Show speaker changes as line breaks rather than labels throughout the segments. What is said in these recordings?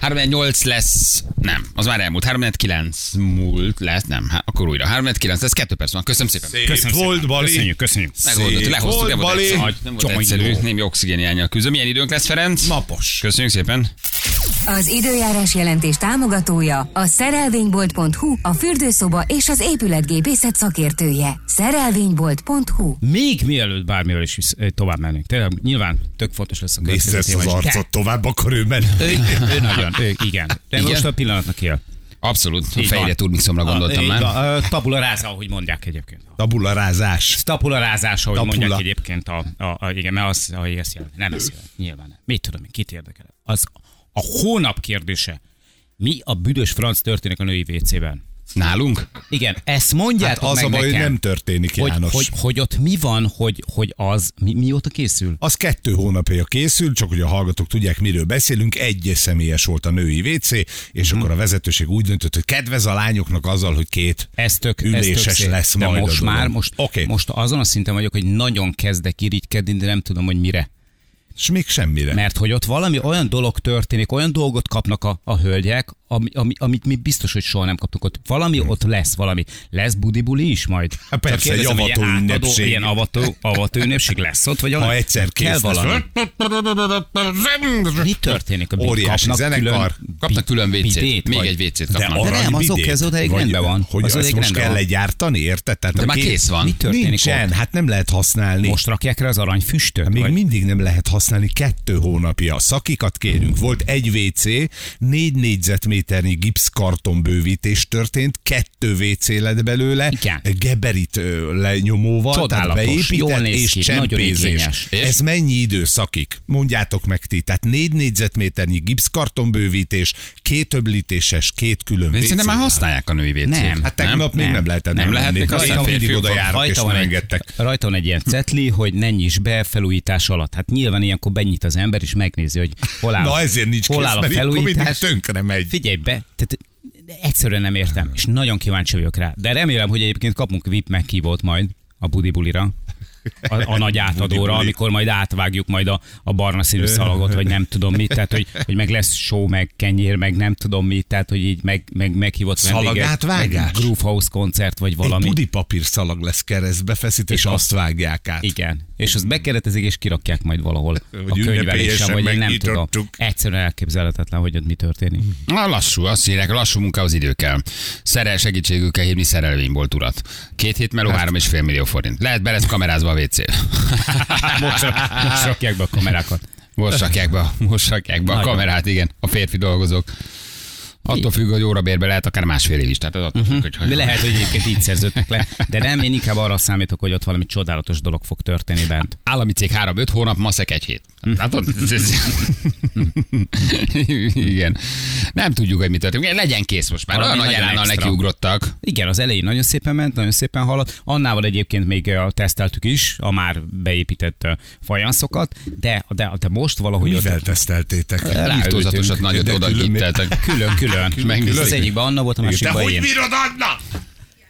348 lesz, nem, az már elmúlt. 349 múlt lesz, nem, hát akkor újra. 349 lesz, kettő perc van, köszönöm szépen.
Szép
Köszönöm
volt,
szépen.
Bali.
Köszönjük, köszönjük.
Megoldott,
Szép
lehoztuk,
volt,
nem volt
Bali.
egyszerű,
Nagy
nem volt
csomagoló.
egyszerű, némi oxigénjányjal küzdöm. Milyen időnk lesz, Ferenc?
Napos.
Köszönjük szépen.
Az időjárás jelentés támogatója a szerelvénybolt.hu, a fürdőszoba és az épületgépészet szakértője. Szerelvénybolt.hu
Még mielőtt bármivel is visz, eh, tovább mennénk. Tényleg nyilván tök fontos lesz a
Nézd
következő
ezt
téma
az
is.
arcot tovább, akkor ő ment.
Ő, ő nagyon, ő, igen. De
Igen?
most a pillanatnak él.
Abszolút, a
Így van.
fejre turmixomra gondoltam
Így
már.
van, ö, Tabula ráza, ahogy mondják egyébként.
A bularázás.
Ez Tabula rázása, ahogy
Tabula.
mondják egyébként. A, a, a, igen, mert az, ahogy ezt jelent. Nem ezt jelent. Nyilván nem. Mit tudom én, kit érdekel? Az a hónap kérdése. Mi a büdös franc történik a női WC-ben?
Nálunk?
Igen, ezt mondjátok
Hát az
meg
a baj, hogy
nekem,
nem történik,
hogy,
János.
Hogy, hogy, ott mi van, hogy, hogy az mi, mióta készül?
Az kettő hónapja készül, csak hogy a hallgatók tudják, miről beszélünk. Egy személyes volt a női WC, és akkor a vezetőség úgy döntött, hogy kedvez a lányoknak azzal, hogy két
Ez tök, ez tök
üléses
szép.
lesz
de
majd
most
a dolog.
már, most,
Oké,
okay. most azon a szinten vagyok, hogy nagyon kezdek irigykedni, de nem tudom, hogy mire.
és még semmire.
Mert hogy ott valami olyan dolog történik, olyan dolgot kapnak a, a hölgyek, ami, ami, amit mi biztos, hogy soha nem kaptunk ott. Valami ott lesz, valami. Lesz budibuli is majd? Csak
Hát persze, egy
kérdezem, hogy
avató
ilyen átadó-
ünnepség.
Ilyen avató, avató ünnepség lesz ott, vagy
ha
valami?
egyszer kész
Kell
lesz.
valami. Mi történik? Mit
Óriási
kapnak
zenekar.
külön
Kapnak külön
bi-
vécét.
bidét,
Még
vagy-
egy vécét
De
kapnak.
arra-
De
nem,
Annyi
azok
bidét,
ez odáig
vagy-
rendben van.
Hogy
Az
az ezt
odáig
most
rendben
kell
van.
legyártani, érted? Tehát
De
a
már
két-
kész van.
Mi történik
Nincsen,
ott?
hát nem lehet használni.
Most rakják rá az aranyfüstöt?
Még
vagy?
mindig nem lehet használni kettő hónapja. Szakikat kérünk. Volt egy WC, négy négyzetméternyi gipszkarton bővítés történt, kettő WC lett belőle,
Igen.
geberit ö, lenyomóval,
Csodálatos,
tehát beépített
jól néz
és
ki, nagyon
csempézés.
igényes.
És?
Ez mennyi idő szakik? Mondjátok meg ti. Tehát négy négyzetméternyi gipszkarton bővítés, két öblítéses, két külön
De
WC.
Szerintem már használják a női vécét.
Nem.
Hát tegnap még nem lehetett
Nem
bemenni.
lehet, még
Én
aztán
mindig
férfiak
oda
van.
járok, és
Rajta
nem
van, egy,
engedtek.
rajta van egy ilyen cetli, hogy ne nyisd be felújítás alatt. Hát nyilván ilyenkor benyit az ember, és megnézi, hogy hol áll,
Na ezért nincs
hol
kész,
áll a
mert ilyenkor mindig
felújítás.
tönkre megy.
Figyelj be, tehát egyszerűen nem értem, és nagyon kíváncsi vagyok rá. De remélem, hogy egyébként kapunk VIP meghívót majd a budibulira. A, a nagy átadóra,
Budibuli.
amikor majd átvágjuk majd a, a barna színű szalagot, vagy nem tudom mit, tehát hogy, hogy meg lesz show, meg kenyér, meg nem tudom mit, tehát hogy így meg, meg, meghívott
Szalag
vendégek,
átvágás?
meg Groove House koncert, vagy valami.
Egy budipapír szalag lesz keresztbe feszítve, és,
És
azt vágják át.
Igen. És azt bekeretezik, és kirakják majd valahol a
Hogy
könyvelésen,
ünnepélyesen
vagy én nem tudom.
megnyitottuk.
Egyszerűen elképzelhetetlen, hogy ott mi történik.
Na, lassú, azt írják, lassú munkához idő kell. Szerel segítségül kell hívni szerelvénybolt urat. Két hét
Hát.
meló, három és fél millió forint. Lehet be lesz kamerázva a WC.
Most, rak- most rakják be a kamerákat.
Most rakják be, most rakják be a
Nagyon.
kamerát, igen, a férfi dolgozók. Attól függ, hogy órabérbe lehet akár másfél év is. Tehát az attól függ, hogy
De
hogy-
Mhm. lehet, hogy egyébként így szerződtek le. De nem, én inkább arra számítok, hogy ott valami csodálatos dolog fog történni bent.
Állami cég 3-5 hónap, maszek egy hét.
Mhm.
Hát Látod? Igen. Nem tudjuk, hogy mi történik. Legyen kész most már. Olyan
Valami
nagy
nagyon
elánnal
extra.
nekiugrottak.
Igen, az elején nagyon szépen ment, nagyon szépen haladt. Annával egyébként még eh, teszteltük is a már beépített eh, fajanszokat, de, de, de most valahogy
Mivel
ott
teszteltétek?
Írtózatosat nagyot
De
oda
külön-
gitteltek.
külön-külön.
Megnézzük.
Az egyikben Anna volt, a
De
másikban
hogy
én.
bírod, Anna?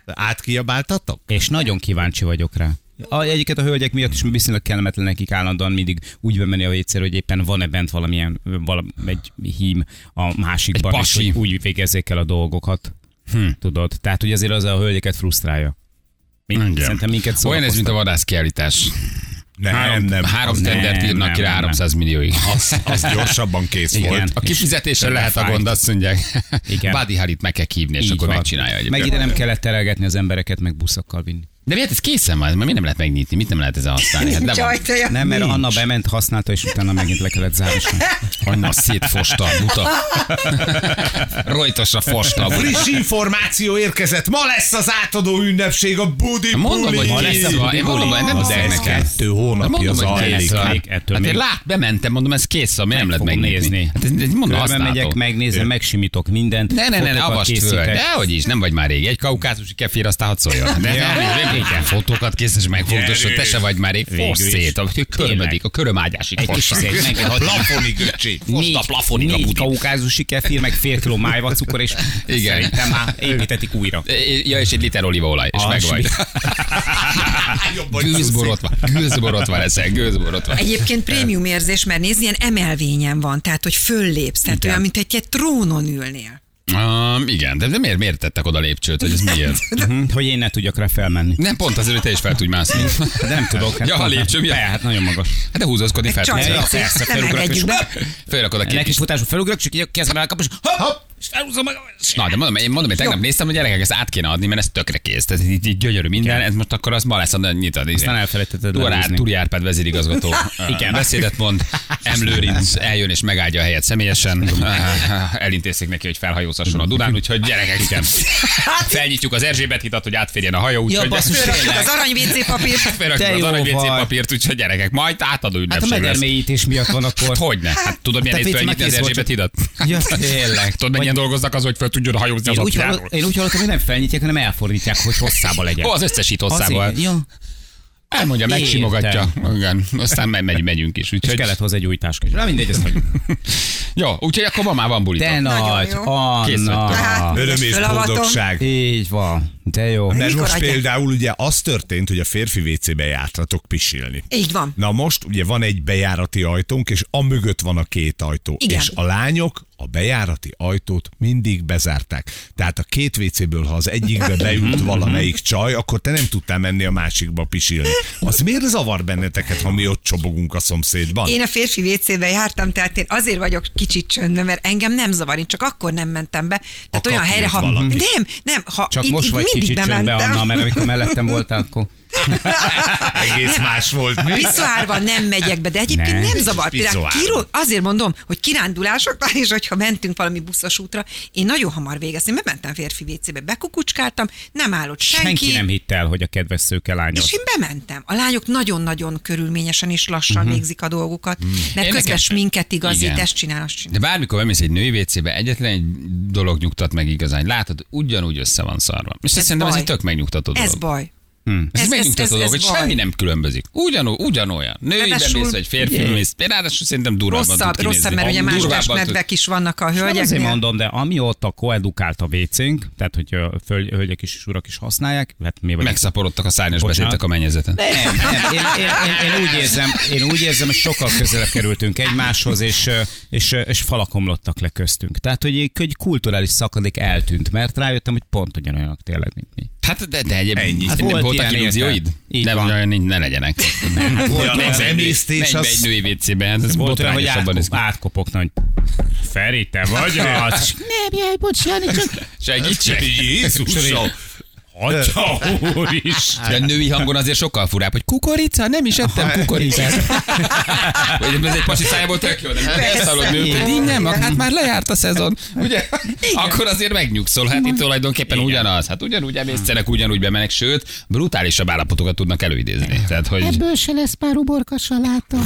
Átkiabáltatok?
És nagyon kíváncsi vagyok rá. A, egyébként a hölgyek miatt is viszonylag kellemetlen nekik állandóan mindig úgy bemenni a vécére, hogy éppen van-e bent valamilyen, valami, egy hím a másikban,
Egy
és
pasi.
hogy úgy végezzék el a dolgokat. Hm. Tudod? Tehát, hogy azért az a hölgyeket frusztrálja. Mi,
Igen.
szerintem minket
Olyan ez, mint a
szórakoztat.
vadászkiállítás.
Nem, nem.
Három
az,
nem,
tendert írnak
nem,
ki rá
nem,
300 millióig.
az, az gyorsabban kész
Igen.
volt.
A kifizetésen lehet a
fájt.
gond, azt mondják.
Igen.
Buddy Halit meg kell hívni, és
Így
akkor
van.
megcsinálja
Meg
egyébként.
ide nem kellett terelgetni az embereket, meg buszokkal vinni.
De miért ez készen van? Mert miért nem lehet megnyitni? Mit nem lehet ezzel használni? Hát le van.
Nem, mert Anna bement, használta, és utána megint le kellett zárni.
Anna szétfosta a buta. Rojtosra fosta a buta. Hát
Friss információ érkezett, ma lesz az átadó ünnepség a Budi
Mondom, hogy
Buli.
ma lesz a Én mondom, hogy nem
De
hiszem
ez
neked.
kettő hónapja
Mondom,
az
hogy
alig.
kész
alig.
van.
Ettől
Hát én
még-
lát, bementem, mondom, ez kész van, miért nem lehet
fogom
megnézni.
nézni.
Hát ez, ez mondom,
Körbe megyek,
használható.
megnézem, megsimítok mindent.
Ne, ne, ne, ne
fotókat
avast föl.
készítek.
Dehogy is, nem vagy már régi. Egy kaukázusi kefir, aztán hadd szóljon. De nem, nem, nem, Igen, fotókat készíts, meg fontos, hogy te se vagy már egy
Végül
fosz
is.
szét, ahogy körmödik, a körömágyásig
Egy kis
fossnak.
szét, meg a
Plafonig öcsét. Most a plafonig a
négy
puding.
kaukázusi kefir, meg fél kiló májva cukor, és
Igen.
Igen. szerintem már építetik újra.
Ja, és egy liter olívaolaj, és
Az
meg vagy.
Jobban
Gőzborotva, gőzborotva leszel, gőzborotva.
Egyébként prémium érzés, mert nézd, ilyen emelvényen van, tehát hogy föllépsz, tehát
Igen.
olyan, mint egy, egy trónon ülnél.
Um, igen, de, de miért, miért tettek oda lépcsőt, hogy ez miért?
Mhm, Hogy én ne tudjak rá felmenni.
Nem pont azért, hogy te is fel tudj mászni.
De nem tudok.
Ja, a lépcső miatt.
Be, hát nagyon magas.
Hát de húzózkodni fel
csak
tudsz.
Ja,
Ja,
persze,
persze,
nem
felugrok, és
engedjük be.
Följön oda
Ennek
ki.
is futásba felugrok, csak így a kezem elkap, és hopp, hopp, és felhúzom magam. és-
Na, de mondom, én mondom, hogy tegnap néztem, hogy gyerekek, ezt át kéne adni, mert ez tökre kész. Tehát így, így gyönyörű minden, ez most akkor azt ma lesz a nyitad.
Aztán elfelejtetted
Turár,
lehúzni.
Turi Árpád vezérigazgató. Igen.
Igen.
Beszédet mond, M. Lőrinc eljön és megáldja a helyet személyesen. Elintézték neki, hogy felhajózhasson a Dunán, úgyhogy gyerekek, igen. Felnyitjuk az Erzsébet hidat, hogy átférjen a hajó,
Ja,
úgyhogy
basszus,
Fölrakjuk
tényleg. Ah,
az arany WC papírt.
Felrakjuk
Te
az
jó
arany WC
vagy.
papírt, úgyhogy gyerekek, majd átadó
Hát a
ünnepség lesz.
medermélyítés miatt van akkor.
Hát hogyne? Hát tudod, milyen
Tehát
itt
Pécs
felnyitni az
Mátyás volt,
Erzsébet hidat?
Ja, tényleg.
Tudod, mennyien dolgoznak az, hogy fel tudjon hajózni az
Én úgy,
Attiláról?
hallott, én úgy hallottam, hogy nem felnyitják, hanem elfordítják, hogy hosszába legyen.
Ó, az összesít
Az
hosszával.
igen, ja.
Elmondja,
Értem.
megsimogatja. Igen, aztán me- megy, megyünk is.
És
Úgyhogy...
kellett hozzá egy új táska. is. Na mindegy, ezt hagyjuk.
Jó, úgyhogy akkor ma már van bulitok.
Te
Nagyon
nagy,
jó.
Kész vagytok.
Tehát,
Anna.
Öröm és
fölavatom.
boldogság.
Így van, de jó.
Mert
Mikor
most
adják?
például ugye az történt, hogy a férfi WC-be jártatok pisilni.
Így van.
Na most ugye van egy bejárati ajtónk, és a mögött van a két ajtó.
Igen.
És a lányok a bejárati ajtót mindig bezárták. Tehát a két WC-ből, ha az egyikbe beült valamelyik csaj, akkor te nem tudtál menni a másikba pisilni. Az miért zavar benneteket, ha mi ott csobogunk a szomszédban?
Én a férfi WC-be jártam, tehát én azért vagyok kicsit csöndben, mert engem nem zavar, én csak akkor nem mentem be. Tehát
Ha
olyan helyre, ha...
kapjak valakit.
Nem, nem, ha
Csak
itt,
most
itt
vagy
mindig
kicsit csöndbe,
bementem.
Anna, mert amikor mellettem voltál, akkor...
Egész más volt, mi?
Piszoárban nem megyek be, de egyébként
Ne.
nem, nem zavar. Például
Piszoárban.
kiró, azért mondom, hogy kirándulásoknál, és hogyha mentünk valami buszos útra, én nagyon hamar végeztem, bementem férfi WC-be, bekukucskáltam, nem állott senki.
Senki nem hitte el, hogy a kedves szőke lányos.
És én bementem. A lányok nagyon-nagyon körülményesen és lassan uh-huh. végzik a dolgukat, mert
Én
én közben
nekem-
sminket igazít,
Igen.
ezt csinál, azt csinál.
De bármikor bemész egy női WC-be, egyetlen egy dolog nyugtat meg igazán. Látod, ugyanúgy össze van szarva. És ez
Ez
szerintem ez
baj.
egy tök megnyugtató dolog.
Ez baj.
Ez, ez megnyugtató dolog, hogy
baj.
semmi nem különbözik. Ugyanú, ugyanolyan. Nőiben
Ráadásul-
mész, vagy férfi mész. Ráadásul szerintem durvábban
Rosszabb,
tud kinézni.
rosszabb, mert ugye
Ha
más
durvábban tud-
testnedvek is vannak a
Nem azért
hölgyeknél.
mondom, de amióta koedukált a vécénk, tehát hogy a föl, hölgyek is és urak is használják, hát mi vagy
Megszaporodtak a szárnyas
Bocsánat.
beszéltek a mennyezeten.
Nem, nem. Én, én, én, én, úgy érzem, én úgy érzem, hogy sokkal közelebb kerültünk egymáshoz, és, ö, és, ö, és falak omlottak le köztünk. Tehát, hogy egy- egy kulturális szakadék eltűnt, mert rájöttem, hogy pont ugyanolyanok tényleg, mint mi.
Hát de, de egyéb,
Ennyi.
Hát
Hát
volt
volt
voltak
ilyen
illúzióid?
érte. Így
Nem,
van.
olyan nincs, ne legyenek.
Hát Volt
Menj
olyan
be egy női-
emésztés,
menj be
az-
egy női vécébe, hát ez
Volt olyan, hogy
botrányosabban néz
átkop,
ki.
átkopogna, hogy Feri, te vagy az? És Nem, jaj, bocsánat, csak...
Segítsek!
Jézusom!
Atya, úristen!
De a női hangon azért sokkal furább, hogy kukorica, nem is ettem kukoricát. Vagy ez egy pasi szájából tök jó, de elszállod nőt, hogy így nem, hát már lejárt a szezon. Ugye? Akkor azért megnyugszol, hát itt tulajdonképpen ugyanaz. Hát ugyanúgy emésztenek, ugyanúgy bemenek, sőt, brutálisabb állapotokat tudnak előidézni. Tehát,
Hát
hogy
Ebből se lesz már uborka saláta.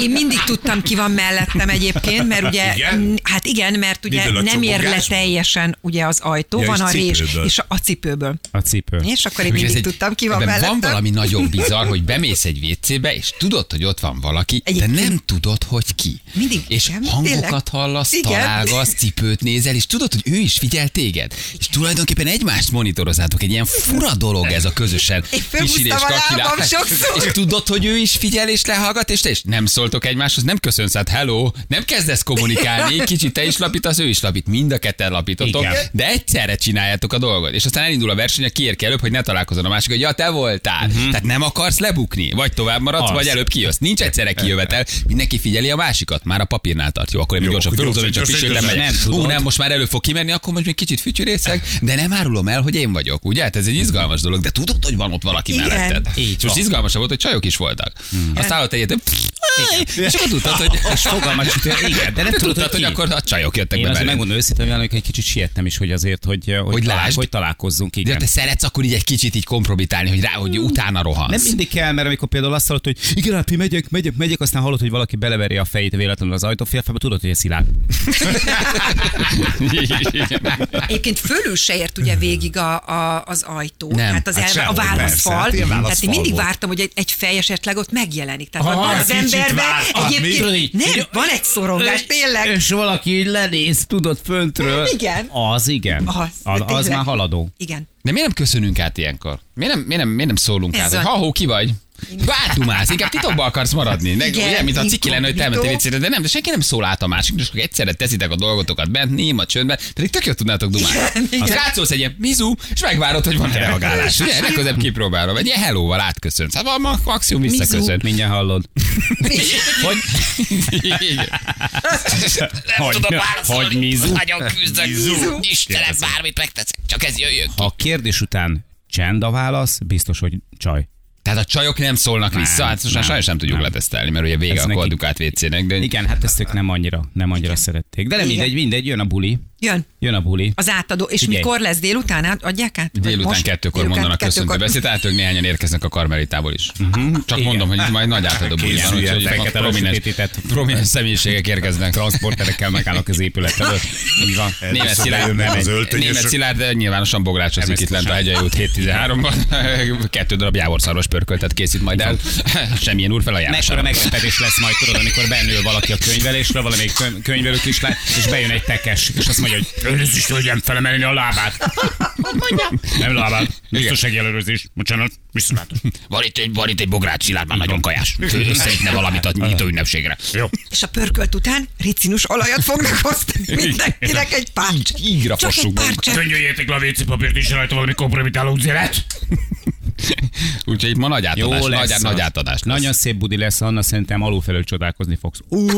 Én mindig tudtam, ki van mellettem egyébként, mert ugye,
Igen?
igen? hát igen, mert ugye
Miből a
nem ér le
csobogásból?
teljesen ugye az ajtó,
Ja,
ja, van
és
a rés,
cipőből.
és a, a cipőből.
A cipő.
És akkor én
Ugye ez
mindig
egy-
tudtam, ki van
ebben
mellettem.
Van valami nagyon bizarr, hogy bemész egy WC-be, és tudod, hogy ott van valaki, de
Egyébként-
nem tudod, hogy ki.
Mindig,
És
igen,
hangokat
tényleg.
hallasz,
Igen.
találgasz, cipőt nézel, és tudod, hogy ő is figyel téged. És tulajdonképpen egymást monitorozzátok. Egy ilyen fura dolog ez a közösen
Én fölhúztam a
kakilás.
lábam sokszor.
És tudod, hogy ő is figyel és lehallgat, és te is nem szóltok egymáshoz, nem köszönsz, hát hello, nem kezdesz kommunikálni, kicsit te is lapítasz, ő is lapít, mind a ketten lapítotok,
Igen.
de egyszerre csináljátok a dolgot. És aztán elindul a verseny, aki ér ki előbb, hogy ne találkozon a másik, hogy ja, te voltál. Uh-huh. Tehát nem akarsz lebukni, vagy tovább maradsz,
Az.
vagy előbb kijössz. Nincs egyszerre kijövetel, mindenki figyeli a másikat, már a papírnál tartja, akkor én
Jó,
gyorsan
akkor
fölhúzom,
gyorsan,
hogy csak
gyorsan,
pisiltem
gyorsan.
megyek.
Nem
Ú,
tudod.
nem, most már elő fog kimenni, akkor most még kicsit fütyűrészek, de nem árulom el, hogy én vagyok, ugye? Hát ez egy izgalmas dolog, de tudod, hogy van ott valaki
Igen.
melletted.
Így
És most
van.
izgalmasabb volt, hogy csajok is voltak. Aztán ott egyet, és akkor tudtad, hogy
Hmm. És fogalmat sem tudtál, igen, de nem
Te
tudod,
tudtad,
hogy
hogy
ki.
akkor a csajok jöttek
Én
be
azért
belé.
megmondom őszintén, hogy egy kicsit siettem is, hogy azért, hogy, hogy,
Hogy
talál-
lásd.
hogy találkozzunk.
De
Igen. Hmm.
te szeretsz, akkor így egy kicsit így kompromitálni, hogy rá, hogy utána
Nem
rohansz.
mindig kell, mert amikor például azt hallod, hogy igen, Ápi, megyek, megyek, megyek, aztán hallod, hogy valaki beleveri a fejét véletlenül az ajtófélfába, tudod, hogy ez szilárd.
Egyébként fölül se ért ugye végig a, a, az ajtó.
Nem,
hát az
hát
hát elve, a
sehogy, persze,
válaszfal.
hát ilyen
Tehát én
válaszfal
mindig
volt.
vártam, hogy egy, egy fej esetleg ott megjelenik. Tehát
Aha,
van az
kicsit
emberben
vártad, mi?
egyébként nem, van egy szorongás, tényleg.
És valaki így lenéz, tudod, föntről.
Hát Igen.
Az igen.
Az,
Az, az, az
tényleg.
már haladó.
Igen.
De miért nem köszönünk át ilyenkor? Miért nem, miért nem, miért nem szólunk
Ez
át? hogy
van.
Ha-hó, ki vagy? Bátumálsz, inkább titokba akarsz maradni. Ne,
Igen,
ugye, mint a ciki lenne, hogy te elmentél
inkognitó.
vécére, de nem, de senki nem szól át a másik, és akkor egyszerre teszitek a dolgotokat bent, néma csöndben, pedig tök jól tudnátok dumálni.
igen.
Az rátszólsz egy ilyen mizu, és megvárod, hogy van-e reagálás. Ugye, legközebb kipróbálom, egy ilyen hello-val átköszönsz. Hát ma maximum visszaköszön.
Mindjárt hallod.
Hogy? Igen. Nem
Hogy-
tudom
hogy
válaszolni,
mizu?
nagyon küzdök. Istenem, bármit megteszek, csak ez jöjjön ki.
Ha a kérdés után csend a válasz, biztos, hogy csaj.
Tehát a csajok nem szólnak nem, vissza, hát most már
nem,
sajnos nem tudjuk
nem.
letesztelni, mert ugye vége
Ez
a
neki-
koldukát vécének, de
Igen, hát ezt ők nem annyira, nem annyira szerették. De nem
Igen.
mindegy, mindegy, jön a buli.
Jön.
Jön a buli.
Az átadó. És
Figyelj.
mikor lesz délután? Át- Adják át? Vagy
délután
most?
kettőkor
Délután
mondanak köszöntő
kettőkor.
beszéd, tehát ők néhányan érkeznek a karmelitából is. Csak
Igen.
mondom, hogy itt majd nagy átadó bulján,
Készüljetek.
úgyhogy
Fekete
fekete prominens,
rösötétített-
prominens személyiségek érkeznek.
Transporterekkel megállnak az épület előtt. Így van.
Német Szilárd,
bejönnek az öltönyösök.
Német Szilárd de nyilvánosan bográcsozik itt lent a Hegyei út 713-ban. Kettő darab jávorszarvas pörköltet készít majd el. Semmilyen úr felajánlása.
Mekkora meglepetés lesz majd, tudod, amikor benül valaki a könyvelésről, valamelyik könyv- könyvelő kislány, és bejön egy tekes, és azt mondja, hogy ellenőrzést tudjam felemelni a lábát. Nem lábát, biztonsági ellenőrzés, bocsánat, viszontlátás.
Van itt egy, van itt egy bogrács Szilárd, már nagyon kajás. Összeütne valamit a nyitó ünnepségre.
Jó.
És a pörkölt után ricinus olajat fognak osztani mindenkinek egy párcsát.
Ígra
Csak egy
fossuk magunkat.
párcsát.
Könyöljétek le a WC papírt, nincs rajta valami kompromitáló zélet.
Úgyhogy itt ma nagy átadás,
Jó lesz.
nagy,
az.
nagy átadás. lesz.
Nagyon szép budi lesz, Anna szerintem alulfelől csodálkozni fogsz. Ú,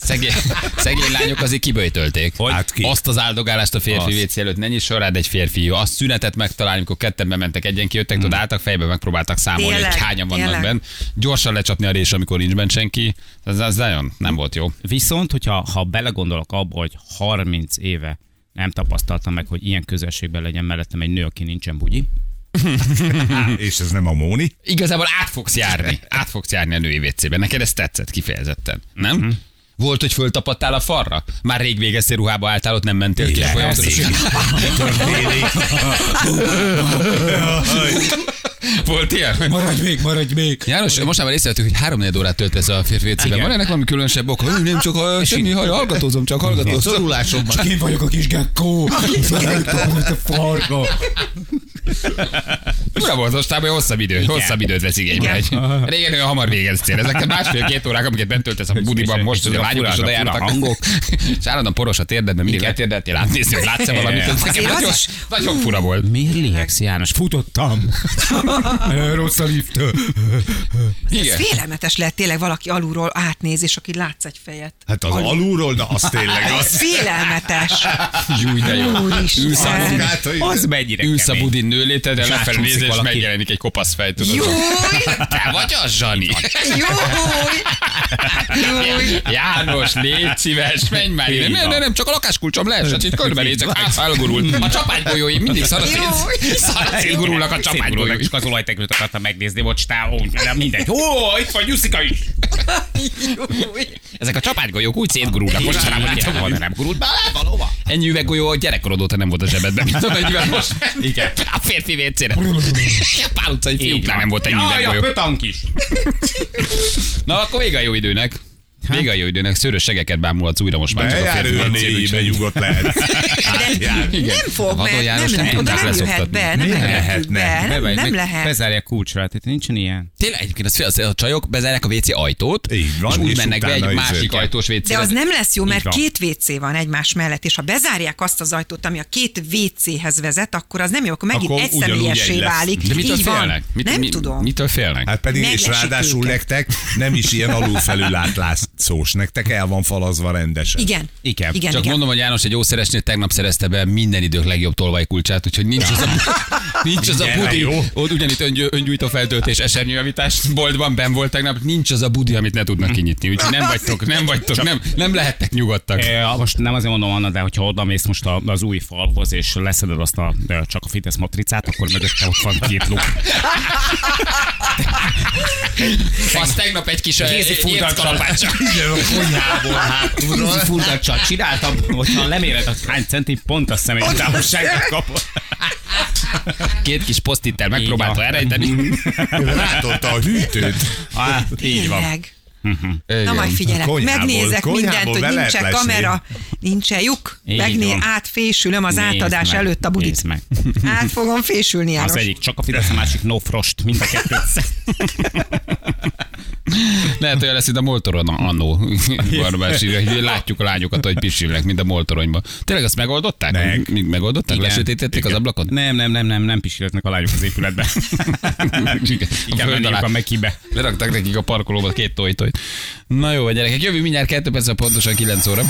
Szegény, szegény lányok azért kiböjtölték.
Hogy?
Hát ki?
Azt az áldogálást a férfi
Azt.
WC előtt, ne nyisson rád egy férfi jó. Azt szünetet megtalálni, amikor ketten bementek, egyen kijöttek, tudod,
Hmm.
álltak fejbe, megpróbáltak számolni,
Tényleg,
hogy hányan vannak
tényleg.
benne. Gyorsan lecsapni a rés, amikor nincs bent senki. Ez, ez nagyon nem volt jó.
Viszont, hogyha ha belegondolok abba, hogy 30 éve nem tapasztaltam meg, hogy ilyen közelségben legyen mellettem egy nő, aki nincsen bugyi.
És ez nem a Móni?
Igazából át fogsz járni. Át fogsz járni a női WC-be. Neked ez tetszett kifejezetten, nem?
Mhm.
Volt, hogy föltapadtál a farra? Már rég végeztél ruhába álltál, ott nem mentél ki.
Igen,
folyamatosan. Volt ilyen?
Maradj még, maradj még!
János, most már észrevettük, hogy három órát töltesz a férfi WC-ben.
Igen.
Van ennek valami különösebb oka? Ú, Nem csak a semmi, ha hallgatózom, csak hallgatózom. Szorulásom van.
Én vagyok a kis gekkó! a farga!
Ura volt mostában, hosszabb idő, hosszabb időt vesz igénybe. egy. Régen olyan hamar végeztél. Ezek a másfél-két órák, amiket bent töltesz a budiban,
és-
most
és
ugye
a
vágyunk is
fura-
oda
fura
jártak.
hangok.
És állandóan poros a térdedben, mindig letérdeltél, átnézni, hogy látsz-e valamit. Ez nekem
Azért az
nagyon,
is-
nagyon fura volt.
Miért lihegsz, János? Futottam! Rossz a lift!
Igen.
Félelmetes lehet tényleg valaki alulról átnéz, és aki látsz egy fejet.
Hát az alulról, na az tényleg
Ez
az.
félelmetes.
Júj, de jó.
Úristen.
Ülsz a budin,
Magátai-
Az mennyire
ülsz a
kemény.
budin nőléte, de
És
lefelé
átcsúszik
nézel, és
valaki.
megjelenik egy kopasz fej. tudod.
Júj!
Te vagy az, Zsani?
Júj! Júj!
János, légy szíves, menj már ide.
Így
Nem,
van.
nem, nem, csak a lakáskulcsom leesett, itt körbenézek, hát elgurult. A csapánygolyói mindig
Jó.
szaracét gurulnak a csapánygolyói.
Csak az olajteknőt akartam megnézni, bocs, távol, de mindegy. Ó, itt van Jusszika is!
Júj!
Ezek a csapánygolyók úgy szétgurulnak, most
Mostanában
rám,
nem csak van, de nem gurult be, valóban.
Ennyi üveggolyó a gyerekkorod óta nem volt a zsebedben, mint amennyivel most.
Igen.
A férfi vécére. A pál utcai fiúknál nem volt ennyi
Jaj, a
üveggolyó.
pötank is!
Na, akkor vége a jó időnek. Vége a jó időnek, szőrös segeket bámulhatsz újra most már csak a
Eljár
férfi
ő a
vécére, úgyhogy-
négybe nyugodt lehet.
Nem fog,
Vadon
mert
János
nem,
nem
lehet, oda
tudták
nem jöhet
leszoktatni.
be, nem
Miért
lehet be,
lehetne?
nem,
Bevej-
nem
meg-
lehet.
Bezárják
hát
kulcsra, tehát nincsen ilyen.
Tényleg egyébként az, az, a csajok bezárják a WC ajtót,
Így van,
és úgy
és
mennek be egy
utána
másik
izéltek.
ajtós WC-re.
De az nem lesz jó, mert
van.
két WC van egymás mellett, és ha bezárják azt az ajtót, ami a két WC-hez vezet, akkor az nem jó, akkor megint
Akkor
egy
ugyanúgy
személyessé
egy lesz.
válik.
De mitől
Így
félnek?
van. Nem
mi,
tudom.
Mitől félnek?
Hát pedig, és
Meglesik
ráadásul
őket.
nektek nem is ilyen alulfelül átlás, szós. Nektek el van falazva rendesen.
Igen.
Igen.
Igen,
Csak
igen.
mondom, hogy János egy ószeresnél tegnap szerezte be minden idők legjobb tolvajkulcsát, úgyhogy nincs az a, nincs az a
Igen,
budi.
jó.
Ott ugyanitt öngy, öngyújtó feltöltés esernyőjavítás boltban ben volt tegnap, nincs az a budi, amit ne tudnak kinyitni. Úgyhogy nem vagytok, nem vagytok, nem, nem lehettek nyugodtak.
E, most nem azért mondom, Anna, de hogyha oda mész most a- az új falhoz, és leszeded azt a, e, csak a Fidesz matricát, akkor mögötte ott van két luk.
Az tegnap egy kis eh,
Kézi furdalcsal.
érckalapácsa.
Igen, a konyhából hátulról. Kézi furdalcsal csináltam, hogyha leméred a hány centi, pont a személy távolságot kapod.
Két kis posztittel megpróbálta
van.
elrejteni.
Rátolta a hűtőt.
Á, így van.
Tényleg. Na majd figyelek,
Konyhából-
megnézek
konyhából
mindent, hogy
be lehet
nincsen
lesni.
kamera, nincsen lyuk,
Így
megné,
van.
átfésülöm az
Nézd
átadás
meg,
előtt a budit.
Nézd meg.
Át fogom fésülni, János.
Az egyik csak a Fidesz, a másik no frost, mind a kettőt.
Lehet, hogy lesz itt a Moltoron annó. Barbás írja, hogy látjuk a lányokat, hogy pisilnek, mint a Moltoronyban. Tényleg azt megoldották?
Meg.
Mi- Megoldották?
Igen.
Lesötétették az ablakon?
Nem, nem, nem, nem, nem pisilhetnek a lányok az épületbe.
A
Igen,
föld
menjünk
alá.
a mekibe.
Leraktak nekik a parkolóba két tojtóit. Na jó, gyerekek, jövő mindjárt kettő perc, pontosan 9 óra.